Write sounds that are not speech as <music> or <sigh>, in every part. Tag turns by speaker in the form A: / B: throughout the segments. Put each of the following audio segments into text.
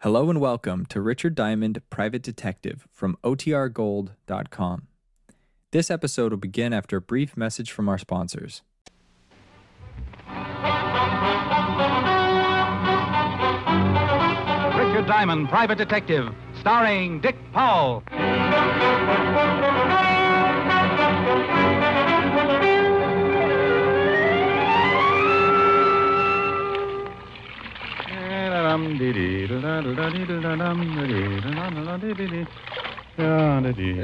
A: Hello and welcome to Richard Diamond, Private Detective from OTRGold.com. This episode will begin after a brief message from our sponsors.
B: Richard Diamond, Private Detective, starring Dick Powell.
C: Oh,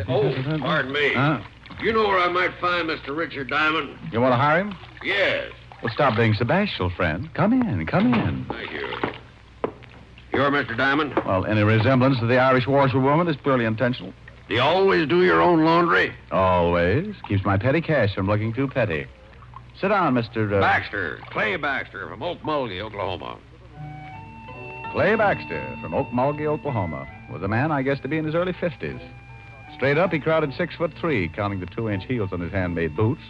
B: Oh,
C: pardon me.
B: Huh?
C: You know where I might find Mr. Richard Diamond?
B: You want to hire him?
C: Yes.
B: Well, stop being so bashful, friend. Come in, come in.
C: Thank you. You're Mr. Diamond?
B: Well, any resemblance to the Irish washerwoman is purely intentional.
C: Do you always do your own laundry?
B: Always. Keeps my petty cash from looking too petty. Sit down, Mr. Uh,
C: Baxter, Clay Baxter from Okmulgee, Oklahoma.
B: Clay Baxter from Okmulgee, Oklahoma, was a man I guess to be in his early 50s. Straight up, he crowded six foot three, counting the two inch heels on his handmade boots.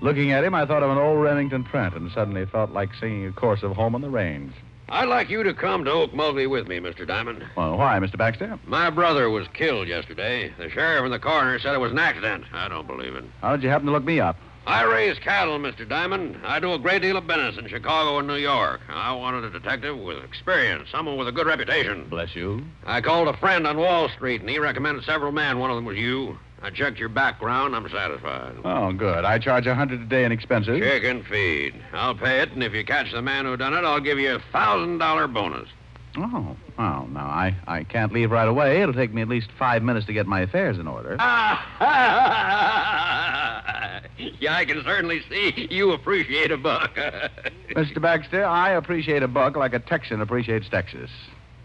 B: Looking at him, I thought of an old Remington print and suddenly felt like singing a chorus of Home on the Range.
C: I'd like you to come to Okmulgee with me, Mr. Diamond.
B: Well, why, Mr. Baxter?
C: My brother was killed yesterday. The sheriff and the coroner said it was an accident. I don't believe it.
B: How did you happen to look me up?
C: I raise cattle, Mr. Diamond. I do a great deal of business in Chicago and New York. I wanted a detective with experience, someone with a good reputation.
B: Bless you.
C: I called a friend on Wall Street, and he recommended several men. One of them was you. I checked your background. I'm satisfied.
B: Oh, good. I charge a hundred a day in expenses.
C: Check and feed. I'll pay it, and if you catch the man who done it, I'll give you a thousand dollar bonus. <laughs>
B: Oh, well, now, I, I can't leave right away. It'll take me at least five minutes to get my affairs in order.
C: Ah! yeah, I can certainly see you appreciate a buck. <laughs>
B: Mr. Baxter, I appreciate a buck like a Texan appreciates Texas.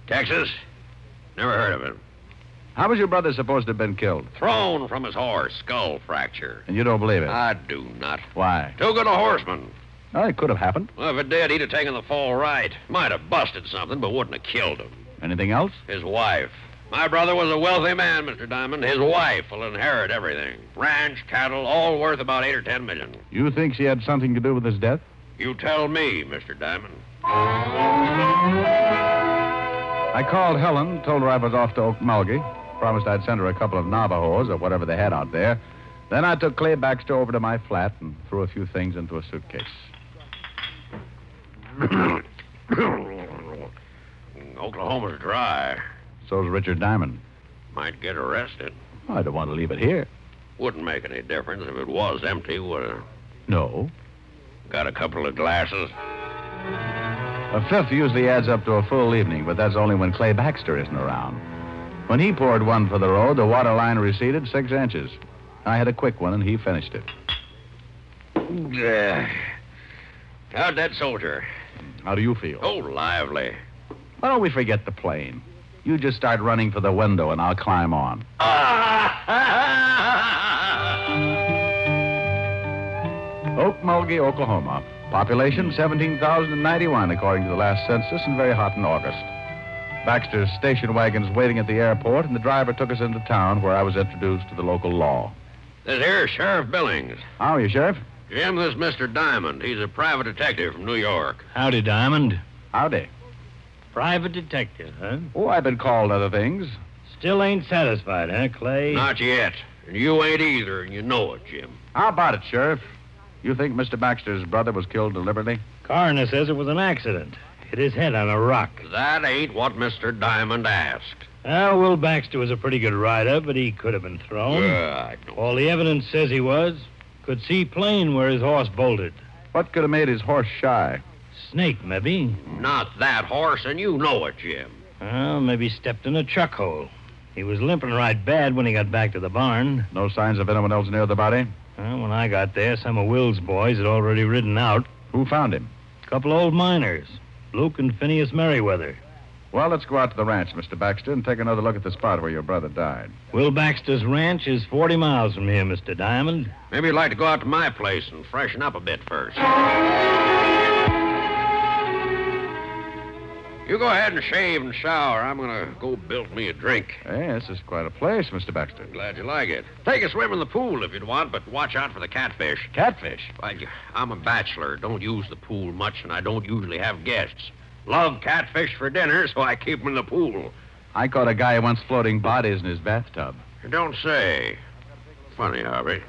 C: Texas? Never heard of it.
B: How was your brother supposed to have been killed?
C: Thrown from his horse, skull fracture.
B: And you don't believe it?
C: I do not.
B: Why?
C: Too good a horseman.
B: Uh, Well, it could have happened.
C: Well, if it did, he'd have taken the fall right. Might have busted something, but wouldn't have killed him.
B: Anything else?
C: His wife. My brother was a wealthy man, Mr. Diamond. His wife will inherit everything. Ranch, cattle, all worth about eight or ten million.
B: You think she had something to do with his death?
C: You tell me, Mr. Diamond. <coughs>
B: I called Helen, told her I was off to Okmulgee, promised I'd send her a couple of Navajos or whatever they had out there. Then I took Clay Baxter over to my flat and threw a few things into a suitcase.
C: Oklahoma's dry.
B: So's Richard Diamond.
C: Might get arrested.
B: I don't want to leave it here.
C: Wouldn't make any difference if it was empty. Would have
B: No.
C: got a couple of glasses. <sighs>
B: A fifth usually adds up to a full evening, but that's only when Clay Baxter isn't around. When he poured one for the road, the water line receded six inches. I had a quick one, and he finished it.
C: Yeah. How'd that soldier?
B: How do you feel?
C: Oh, lively. <laughs>
B: Why don't we forget the plane? You just start running for the window, and I'll climb on. Okmulgee, Oklahoma. Population 17,091, according to the last census, and very hot in August. Baxter's station wagon's waiting at the airport, and the driver took us into town where I was introduced to the local law.
C: This here, Sheriff Billings.
B: How are you, Sheriff?
C: Jim, this Mr. Diamond. He's a private detective from New York.
D: Howdy, Diamond.
B: Howdy.
D: Private detective, huh?
B: Oh, I've been called other things.
D: Still ain't satisfied, huh, Clay?
C: Not yet. And you ain't either, and you know it, Jim.
B: How about it, Sheriff? You think Mr. Baxter's brother was killed deliberately?
D: Coroner says it was an accident. Hit his head on a rock.
C: That ain't what Mr. Diamond asked.
D: Well, Will Baxter was a pretty good rider, but he could have been thrown.
C: Yeah, I don't-
D: All the evidence says he was. Could see plain where his horse bolted.
B: What could have made his horse shy?
D: Snake, maybe.
C: Not that horse, and you know it, Jim.
D: Well, maybe stepped in a chuck hole. He was limping right bad when he got back to the barn.
B: No signs of anyone else near the body?
D: Well, when I got there, some of Will's boys had already ridden out.
B: Who found him?
D: Couple old miners, Luke and Phineas Merriweather.
B: Well, let's go out to the ranch, Mr. Baxter, and take another look at the spot where your brother died.
D: Will Baxter's ranch is 40 miles from here, Mr. Diamond.
C: Maybe you'd like to go out to my place and freshen up a bit first. You go ahead and shave and shower. I'm gonna go build me a drink.
B: Hey, this is quite a place, Mr. Baxter.
C: Glad you like it. Take a swim in the pool if you'd want, but watch out for the catfish.
B: Catfish.
C: I, I'm a bachelor. Don't use the pool much, and I don't usually have guests. Love catfish for dinner, so I keep 'em in the pool.
B: I caught a guy once floating bodies in his bathtub.
C: You don't say. Funny, Harvey.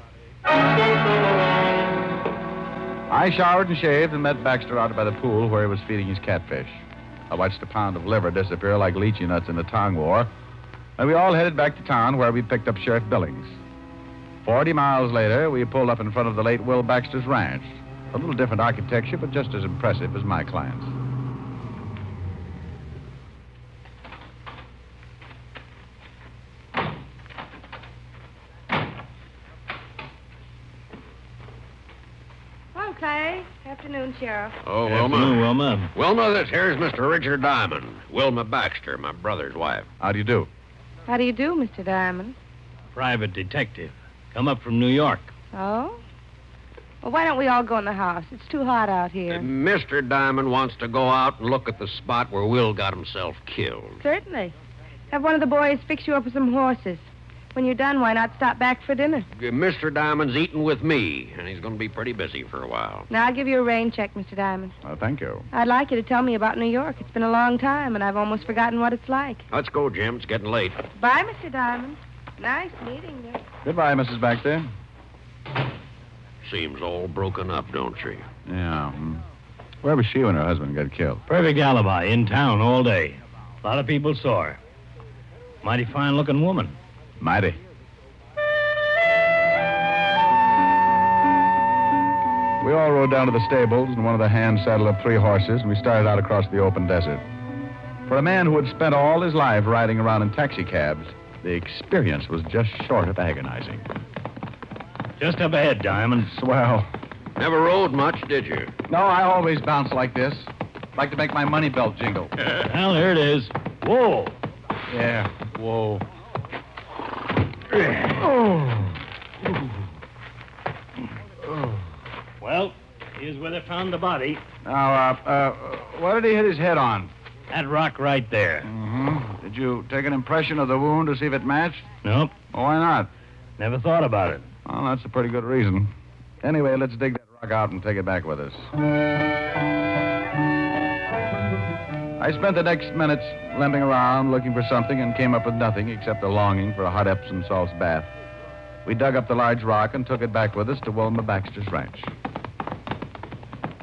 B: I showered and shaved and met Baxter out by the pool where he was feeding his catfish. I watched a pound of liver disappear like lychee nuts in the Tong War, and we all headed back to town where we picked up Sheriff Billings. Forty miles later, we pulled up in front of the late Will Baxter's ranch. A little different architecture, but just as impressive as my client's.
E: Hello, Clay. Afternoon, Sheriff.
C: Oh, Wilma.
D: Afternoon, Wilma.
C: Wilma, this here's Mr. Richard Diamond. Wilma Baxter, my brother's wife.
B: How do you do?
E: How do you do, Mr. Diamond?
D: Private detective. Come up from New York.
E: Oh? Well, why don't we all go in the house? It's too hot out here.
C: Mr. Diamond wants to go out and look at the spot where Will got himself killed.
E: Certainly. Have one of the boys fix you up with some horses. When you're done, why not stop back for dinner?
C: Mr. Diamond's eating with me, and he's going to be pretty busy for a while.
E: Now, I'll give you a rain check, Mr. Diamond.
B: Uh, thank you.
E: I'd like you to tell me about New York. It's been a long time, and I've almost forgotten what it's like.
C: Let's go, Jim. It's getting late.
E: Bye, Mr. Diamond. Nice meeting you.
B: Goodbye, Mrs. Baxter.
C: Seems all broken up, don't she?
B: Yeah. hmm. Where was she when her husband got killed?
D: Perfect alibi. In town all day. A lot of people saw her. Mighty fine looking woman.
B: Mighty. We all rode down to the stables, and one of the hands saddled up three horses, and we started out across the open desert. For a man who had spent all his life riding around in taxicabs, the experience was just short of agonizing.
D: Just up ahead, Diamond.
B: Swell.
C: Never rode much, did <laughs> you?
B: No, I always bounce like this. Like to make my money belt jingle.
D: Well, here it is. Whoa.
B: Yeah. <sighs> Whoa. Oh.
D: Well, here's where they found the body.
B: Now, uh, uh, what did he hit his head on?
D: That rock right there.
B: Mm-hmm. Did you take an impression of the wound to see if it matched?
D: Nope.
B: Well, why not?
D: Never thought about it.
B: Well, that's a pretty good reason. Anyway, let's dig that rock out and take it back with us. I spent the next minutes limping around looking for something and came up with nothing except a longing for a hot Epsom salts bath. We dug up the large rock and took it back with us to Wilma Baxter's ranch.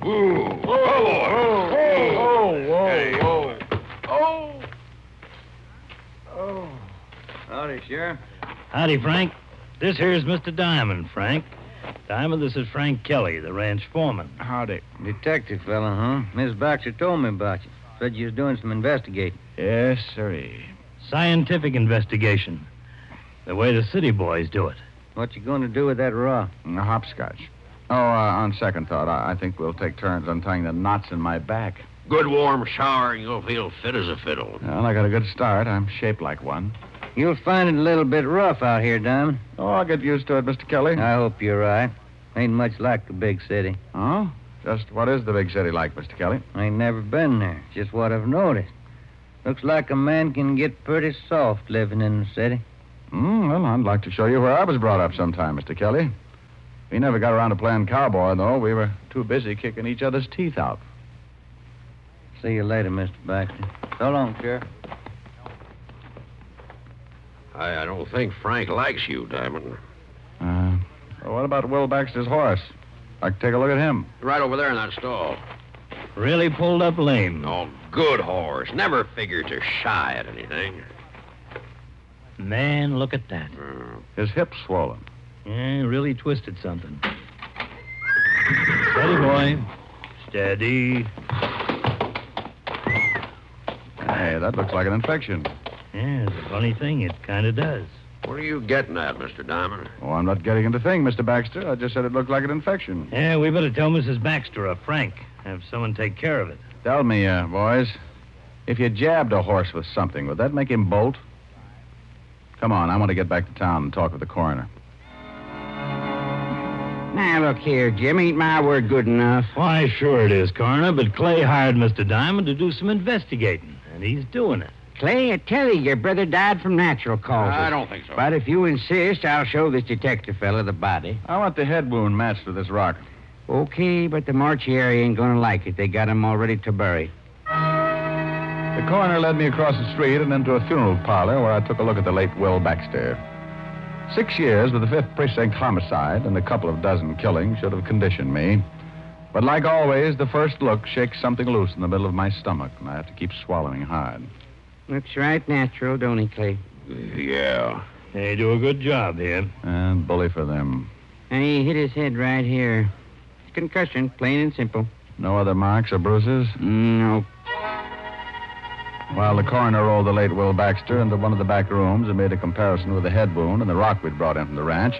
C: Ooh. Oh,
B: whoa,
C: Hey,
B: whoa. Oh. Oh. Howdy, Sheriff.
D: Howdy, Frank. This here's Mr. Diamond, Frank. Diamond, this is Frank Kelly, the ranch foreman.
B: Howdy.
F: Detective fella, huh? Miss Baxter told me about you. Said you was doing some investigating.
B: Yes, sirree.
D: Scientific investigation. The way the city boys do it.
F: What you going to do with that rock?
B: Mm, Hopscotch. Oh, uh, on second thought, I, I think we'll take turns untying the knots in my back.
C: Good warm shower, and you'll feel fit as a fiddle.
B: Well, I got a good start. I'm shaped like one.
F: You'll find it a little bit rough out here, Diamond.
B: Oh, I'll get used to it, Mr. Kelly.
F: I hope you're right. Ain't much like the big city.
B: oh? Just what is the big city like, Mr. Kelly?
F: I ain't never been there. Just what I've noticed. Looks like a man can get pretty soft living in the city.
B: Mm, well, I'd like to show you where I was brought up sometime, Mr. Kelly. We never got around to playing cowboy, though. We were too busy kicking each other's teeth out.
F: See you later, Mr. Baxter. So long, Sheriff.
C: I, I don't think Frank likes you, Diamond.
B: Uh, well, what about Will Baxter's horse? I could take a look at him.
C: Right over there in that stall.
D: Really pulled up lame.
C: Oh, good horse. Never figured to shy at anything.
D: Man, look at that.
C: Uh,
B: His hip's swollen.
D: Yeah, really twisted something. Steady, boy. Steady.
B: Hey, that looks like an infection.
D: Yeah, it's a funny thing. It kind of does.
C: what are you getting at, Mr. Diamond?
B: Oh, I'm not getting into thing, Mr. Baxter. I just said it looked like an infection.
D: Yeah, we better tell Mrs. Baxter or Frank. Have someone take care of it.
B: Tell me, uh, boys, if you jabbed a horse with something, would that make him bolt? Come on, I want to get back to town and talk with the coroner.
F: Now, look here, Jim. Ain't my word good enough?
D: Why, sure it is, Coroner, but Clay hired Mr. Diamond to do some investigating, and he's doing it.
F: Clay, I tell you, your brother died from natural causes.
C: I don't think so.
F: But if you insist, I'll show this detective fella the body.
B: I want the head wound matched with this rock.
F: Okay, but the mortuary ain't gonna like it. They got him all ready to bury.
B: The coroner led me across the street and into a funeral parlor where I took a look at the late Will Baxter. Six years with the 5th Precinct homicide and a couple of dozen killings should have conditioned me. But like always, the first look shakes something loose in the middle of my stomach, and I have to keep swallowing hard.
G: Looks right natural, don't he, Clay?
C: Yeah.
D: They do a good job here.
B: And bully for them.
G: And he hit his head right here. Concussion, plain and simple.
B: No other marks or bruises?
G: No.
B: While the coroner rolled the late Will Baxter into one of the back rooms and made a comparison with the head wound and the rock we'd brought in from the ranch,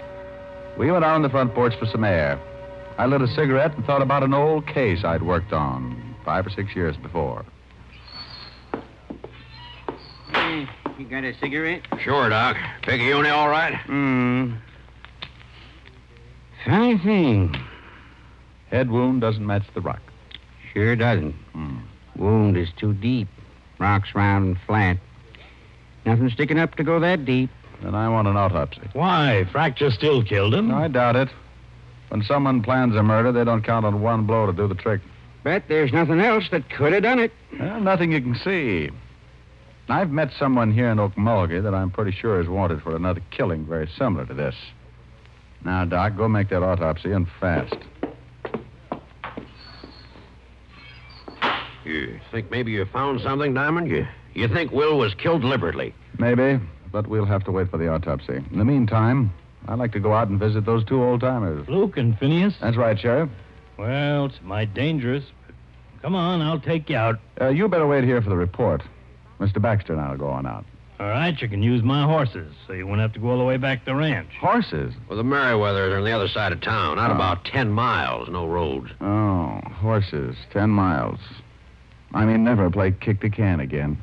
B: we went out on the front porch for some air. I lit a cigarette and thought about an old case I'd worked on five or six years before.
G: Hey, you got a cigarette?
C: Sure, Doc. Picayune all right?
G: Hmm. Funny thing.
B: Head wound doesn't match the rock.
G: Sure doesn't.
B: Hmm.
G: Wound is too deep. Rock's round and flat. Nothing sticking up to go that deep.
B: Then I want an autopsy.
D: Why? Fracture still killed him.
B: No, I doubt it. When someone plans a murder, they don't count on one blow to do the trick.
G: But there's nothing else that could have done it.
B: Well, nothing you can see. I've met someone here in Okmulgee that I'm pretty sure is wanted for another killing very similar to this. Now, Doc, go make that autopsy and fast.
C: You think maybe you found something, Diamond? You, you think Will was killed deliberately?
B: Maybe, but we'll have to wait for the autopsy. In the meantime, I'd like to go out and visit those two old timers.
D: Luke and Phineas?
B: That's right, Sheriff.
D: Well, it's mighty dangerous. But come on, I'll take you out.
B: Uh, you better wait here for the report. Mr. Baxter and I'll go on out.
D: All right, you can use my horses, so you won't have to go all the way back to the ranch.
B: Horses?
C: Well, the Merriweathers are on the other side of town, out
B: Oh.
C: about 10 miles, no roads.
B: Oh, horses. Ten miles. I mean, never play kick the can again.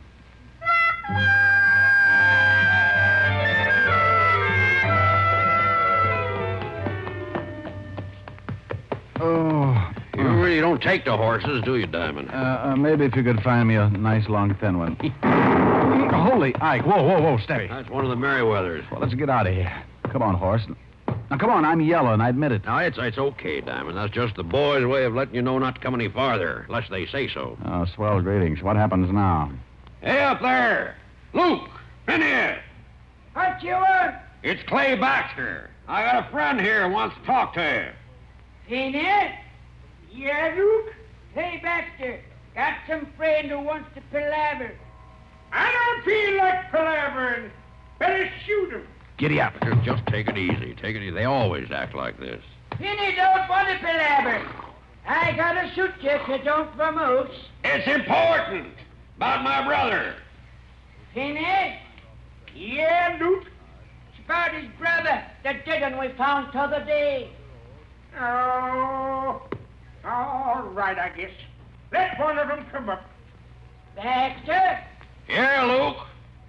B: Oh,
C: You really don't take to horses, do you, Diamond?
B: uh, uh, maybe if you could find me a nice, long, thin one. <laughs> Holy Ike. Whoa, whoa, whoa, steady.
C: That's one of the Merriweathers.
B: Well, let's get out of here. Come on, horse. Now, come on, I'm yellow, and I admit it.
C: Now, it's, it's okay, Diamond. That's just the boys' way of letting you know not to come any farther, unless they say so.
B: Oh, swell greetings. What happens now?
C: Hey, up there! Luke! In here!
E: What you want?
C: It's Clay Baxter. I got a friend here who wants to talk to you.
E: Peanut? Yeah, Luke? Hey, Baxter, got some friend who wants to palaver. I don't feel like palavering. Better shoot him.
B: Giddy up.
C: Just- Just take it easy. Take it easy. They always act like this.
E: Penny don't want to palaver. I gotta shoot you if you don't vamoose.
C: It's important! About my brother.
E: Penny? Yeah, Luke? It's about his brother, the dead one we found t'other day.
H: Oh, all right, I guess. Let one of them come up.
E: Baxter,
C: Here, Luke.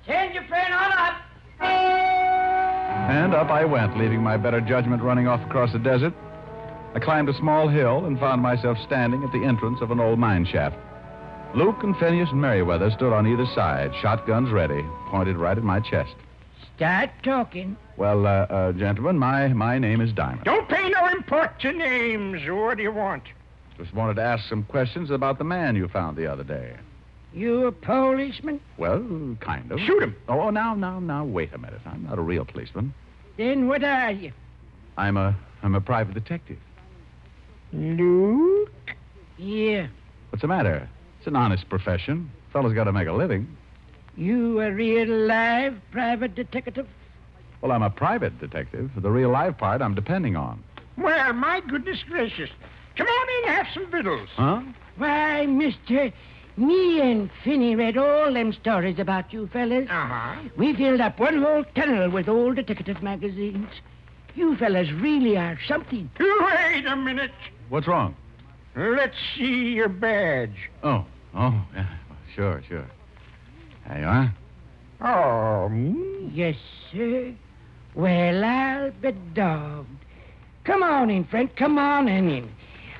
E: send your friend on up.
B: And up I went, leaving my better judgment running off across the desert. I climbed a small hill and found myself standing at the entrance of an old mine shaft. Luke and Phineas and Merriweather stood on either side, shotguns ready, pointed right at my chest.
E: Start talking.
B: Well, uh, uh, gentlemen, my, my name is Diamond.
H: Don't pay no import to names. What do you want?
B: Just wanted to ask some questions about the man you found the other day.
E: You a policeman?
B: Well, kind of.
H: Shoot him.
B: Oh, now, now, now, wait a minute. I'm not a real policeman.
E: Then what are you?
B: I'm a, I'm a private detective.
H: Luke?
E: Yeah,
B: What's the matter? It's an honest profession. Fellow's got to make a living.
E: you a real live private detective?
B: Well, I'm a private detective. The real life part I'm depending on.
H: Well, my goodness gracious. Come on in and have some victuals.
B: Huh?
E: Why, mister, me and Finney read all them stories about you fellas.
H: Uh-huh.
E: We filled up one whole tunnel with old detective magazines. You fellas really are something.
H: Wait a minute.
B: What's wrong?
H: Let's see your badge.
B: Oh, oh, yeah. Sure, sure. There you are.
H: Oh, mm,
E: Yes, sir. Well, I'll be dogged. Come on in, friend. Come on in.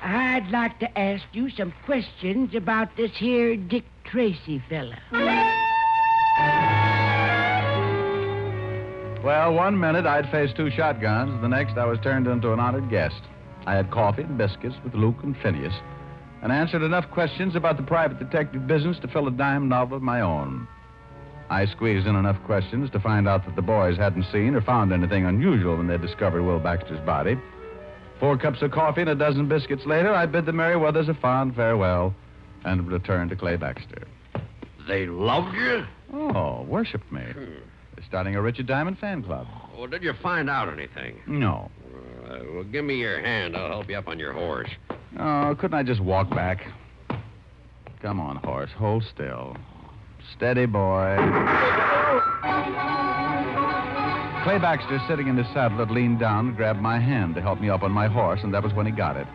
E: I'd like to ask you some questions about this here Dick Tracy fella.
B: Well, one minute I'd faced two shotguns. The next I was turned into an honored guest. I had coffee and biscuits with Luke and Phineas. and answered enough questions about the private detective business to fill a dime novel of my own. I squeezed in enough questions to find out that the boys hadn't seen or found anything unusual when they discovered Will Baxter's body. Four cups of coffee and a dozen biscuits later, I bid the Merryweathers a fond farewell and returned to Clay Baxter.
C: They loved you?
B: Oh, worship me.
C: Hmm.
B: They're starting a Richard Diamond fan club.
C: Well, did you find out anything?
B: No.
C: Uh, well, give me your hand. I'll help you up on your horse.
B: Oh, couldn't I just walk back? Come on, horse. Hold still. Steady, boy. Clay Baxter, sitting in his saddle, had leaned down, grabbed my hand to help me up on my horse, and that was when he got it.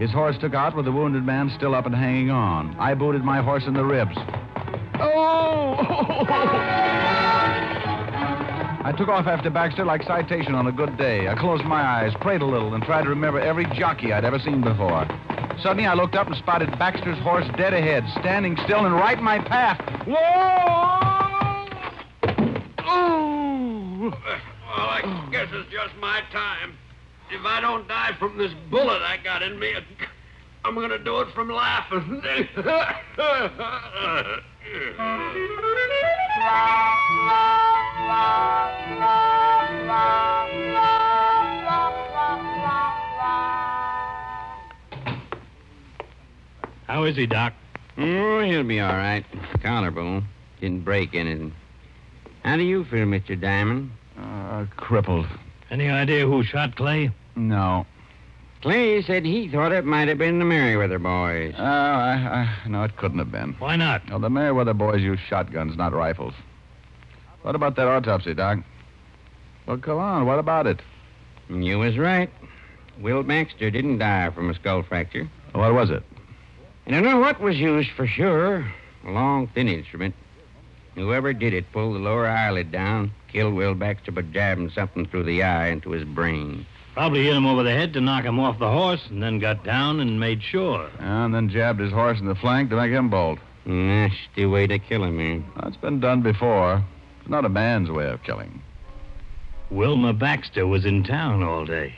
B: His horse took out with the wounded man still up and hanging on. I booted my horse in the ribs. Oh! <laughs> I took off after Baxter like citation on a good day. I closed my eyes, prayed a little, and tried to remember every jockey I'd ever seen before. Suddenly, I looked up and spotted Baxter's horse dead ahead, standing still and right in my path. Whoa!
C: Well, I guess it's just my time. If I don't die from this bullet I got in me, I'm going to do it from laughing.
D: How is he, Doc?
G: <laughs> Oh, he'll be all right. Collarbone. Didn't break anything. How do you feel, Mr. Diamond?
B: Uh, crippled.
D: Any idea who shot Clay?
B: No.
G: Clay said he thought it might have been the Merriweather boys.
B: Oh, I, I, no, it couldn't have been.
D: Why not?
B: Well, the Merriweather boys use shotguns, not rifles. What about that autopsy, Doc? Well, come on. What about it?
G: You was right. Will Baxter didn't die from a skull fracture.
B: What was it?
G: I don't know what was used for sure. A long, thin instrument. Whoever did it pulled the lower eyelid down, killed Will Baxter by jabbing something through the eye into his brain.
D: Probably hit him over the head to knock him off the horse, and then got down and made sure.
B: And then jabbed his horse in the flank to make him bolt.
G: Nasty way to kill him, man.
B: That's been done before. It's not a man's way of killing.
D: Wilma Baxter was in town all day,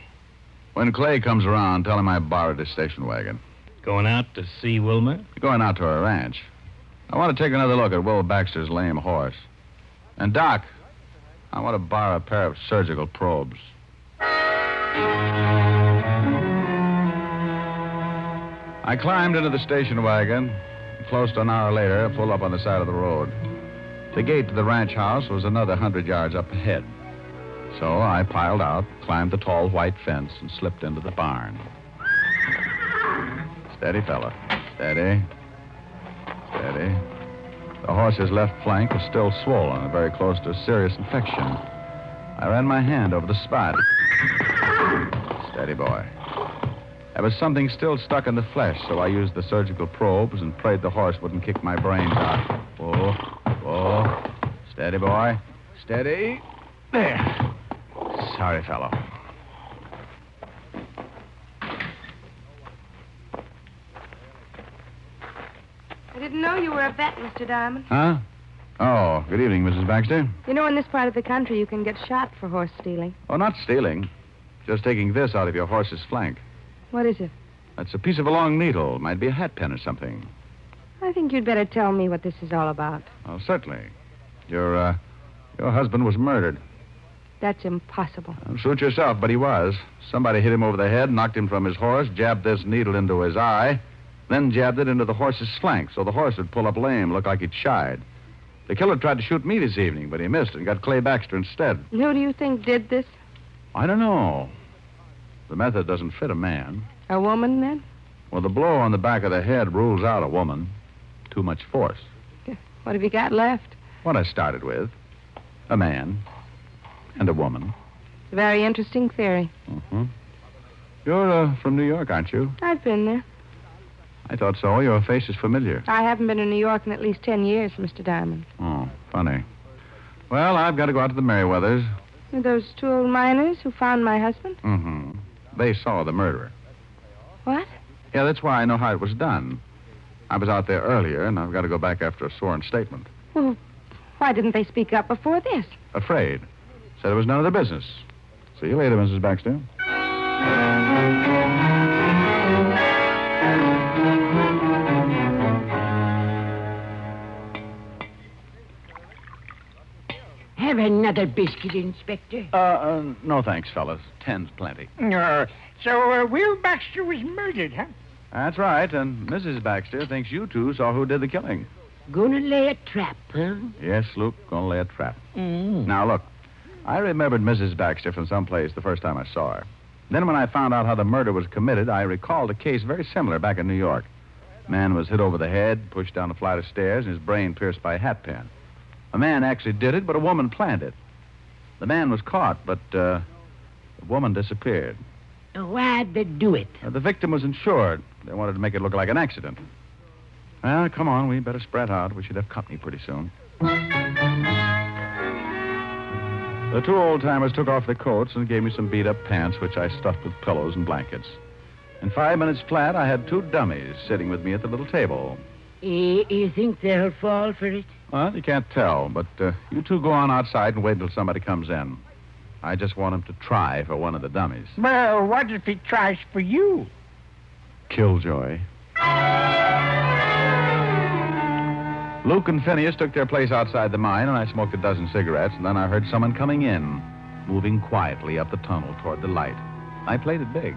B: When Clay comes around, tell him I borrowed his station wagon.
D: going out to see Wilma.
B: We're going out to her ranch. I want to take another look at Will Baxter's lame horse. And, Doc, I want to borrow a pair of surgical probes. I climbed into the station wagon. and Close to an hour later, I pulled up on the side of the road. The gate to the ranch house was another hundred yards up ahead. So I piled out, climbed the tall white fence, and slipped into the barn. Steady, fella. Steady. Steady. The horse's left flank was still swollen and very close to a serious infection. I ran my hand over the spot. Steady, boy. There was something still stuck in the flesh, so I used the surgical probes and prayed the horse wouldn't kick my brains out. Whoa, whoa. Steady, boy. Steady. There. Sorry, fellow.
I: I didn't know you were a vet, Mr. Diamond.
B: Huh? Oh, good evening, Mrs. Baxter.
I: You know, in this part of the country, you can get shot for horse stealing.
B: Oh, not stealing. Just taking this out of your horse's flank.
I: What is it?
B: That's a piece of a long needle. Might be a hat pin or something.
I: I think you'd better tell me what this is all about.
B: Oh, certainly. Your, uh, your husband was murdered.
I: That's impossible.
B: Don't suit yourself, but he was. Somebody hit him over the head, knocked him from his horse, jabbed this needle into his eye, then jabbed it into the horse's flank so the horse would pull up lame, look like he'd shied. The killer tried to shoot me this evening, but he missed and got Clay Baxter instead.
I: And Who do you think did this?
B: I don't know. The method doesn't fit a man.
I: A woman, then?
B: Well, the blow on the back of the head rules out a woman. Too much force.
I: What have you got left?
B: What I started with a man and a woman.
I: It's a very interesting theory.
B: Mm-hmm. You're uh, from New York, aren't you?
I: I've been there.
B: I thought so. Your face is familiar.
I: I haven't been in New York in at least ten years, Mr. Diamond.
B: Oh, funny. Well, I've got to go out to the Merriweathers.
I: Are Those two old miners who found my husband?
B: Mm-hmm. They saw the murderer.
I: What?
B: Yeah, that's why I know how it was done. I was out there earlier, and I've got to go back after a sworn statement.
I: Well, why didn't they speak up before this?
B: Afraid. Said it was none of their business. See you later, Mrs. Baxter.
E: Have another biscuit, Inspector.
B: Uh, uh, no thanks, fellas. Ten's plenty.
H: Uh, so uh, Will Baxter was murdered, huh?
B: That's right, and Mrs. Baxter thinks you two saw who did the killing.
E: Gonna lay a trap, huh?
B: Yes, Luke, gonna lay a trap.
E: Hmm.
B: Now, look, I remembered Mrs. Baxter from someplace the first time I saw her. Then, when I found out how the murder was committed, I recalled a case very similar back in New York. Man was hit over the head, pushed down a flight of stairs, and his brain pierced by a hat pin. A man actually did it, but a woman planned it. The man was caught, but uh, the woman disappeared.
E: Why'd they do it?
B: Uh, the victim was insured. They wanted to make it look like an accident. Well, come on, we better spread out. We should have company pretty soon. The two old timers took off their coats and gave me some beat up pants, which I stuffed with pillows and blankets. In five minutes flat, I had two dummies sitting with me at the little table.
E: Eh, You think they'll fall for it?
B: Well, you can't tell, but uh, you two go on outside and wait until somebody comes in. I just want him to try for one of the dummies.
H: Well, what if he tries for you?
B: Killjoy. Luke and Phineas took their place outside the mine, and I smoked a dozen cigarettes, and then I heard someone coming in, moving quietly up the tunnel toward the light. I played it big.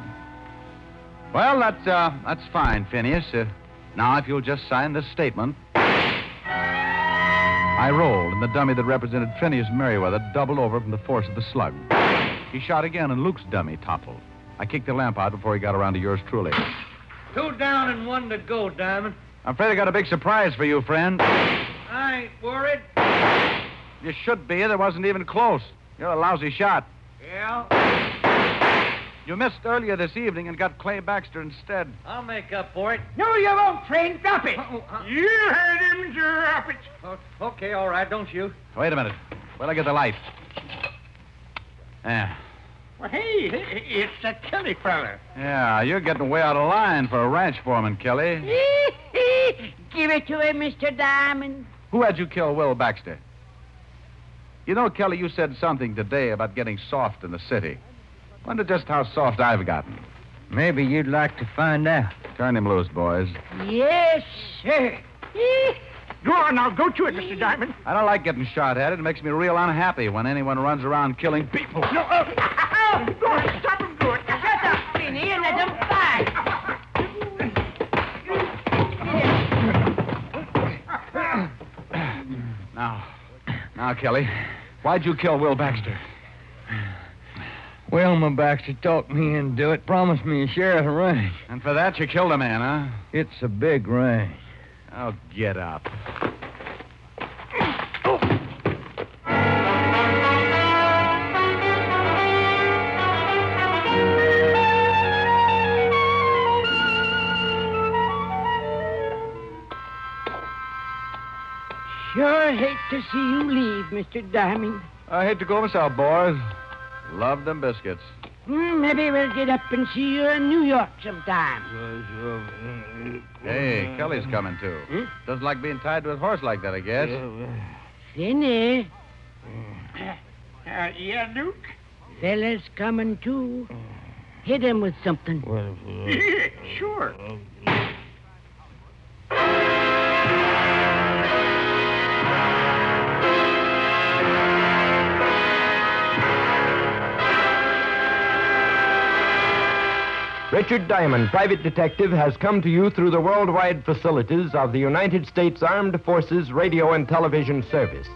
B: Well, that's, uh, that's fine, Phineas. Uh, now, if you'll just sign this statement. I rolled, and the dummy that represented Phineas Merriweather doubled over from the force of the slug. He shot again, and Luke's dummy toppled. I kicked the lamp out before he got around to yours truly.
J: Two down and one to go, Diamond.
B: I'm afraid I got a big surprise for you, friend.
J: I ain't worried.
B: You should be. There wasn't even close. You're a lousy shot.
J: Yeah?
B: You missed earlier this evening and got Clay Baxter instead.
J: I'll make up for it.
H: No, you won't, friend. Drop it. You heard him. Drop it.
J: O- okay, all right, don't you?
B: Wait a minute. Where'd I get the light? Yeah.
H: Well, hey, hey, it's that Kelly fella.
B: Yeah, you're getting way out of line for a ranch foreman, Kelly.
E: <laughs> Give it to him, Mr. Diamond.
B: Who had you kill Will Baxter? You know, Kelly, you said something today about getting soft in the city. Wonder just how soft I've gotten. Maybe you'd like to find out. Turn him loose, boys.
E: Yes, sir.
H: Go on now, go to it, Mr. Diamond.
B: I don't like getting shot at. It makes me real unhappy when anyone runs around killing people.
H: No, uh, uh, Gord, stop him, Gord.
E: Shut up, Finney, and let him fight.
B: Now, now, Kelly, why'd you kill Will Baxter?
F: Wilma Baxter talked me into it, promised me a share of the ranch.
B: And for that, you killed a man, huh?
F: It's a big ranch.
B: Oh, get up.
E: Sure hate to see you leave, Mr. Diamond.
B: I hate to go myself, boys. Love them biscuits.
E: Hmm, maybe we'll get up and see you in New York sometime.
B: Hey, Kelly's coming too.
H: Hmm?
B: Doesn't like being tied to his horse like that, I guess.
E: Finney,
H: Uh, yeah, Duke?
E: fella's coming too. Hit him with something.
H: Yeah, sure.
K: Richard Diamond, private detective, has come to you through the worldwide facilities of the United States Armed Forces Radio and Television Service.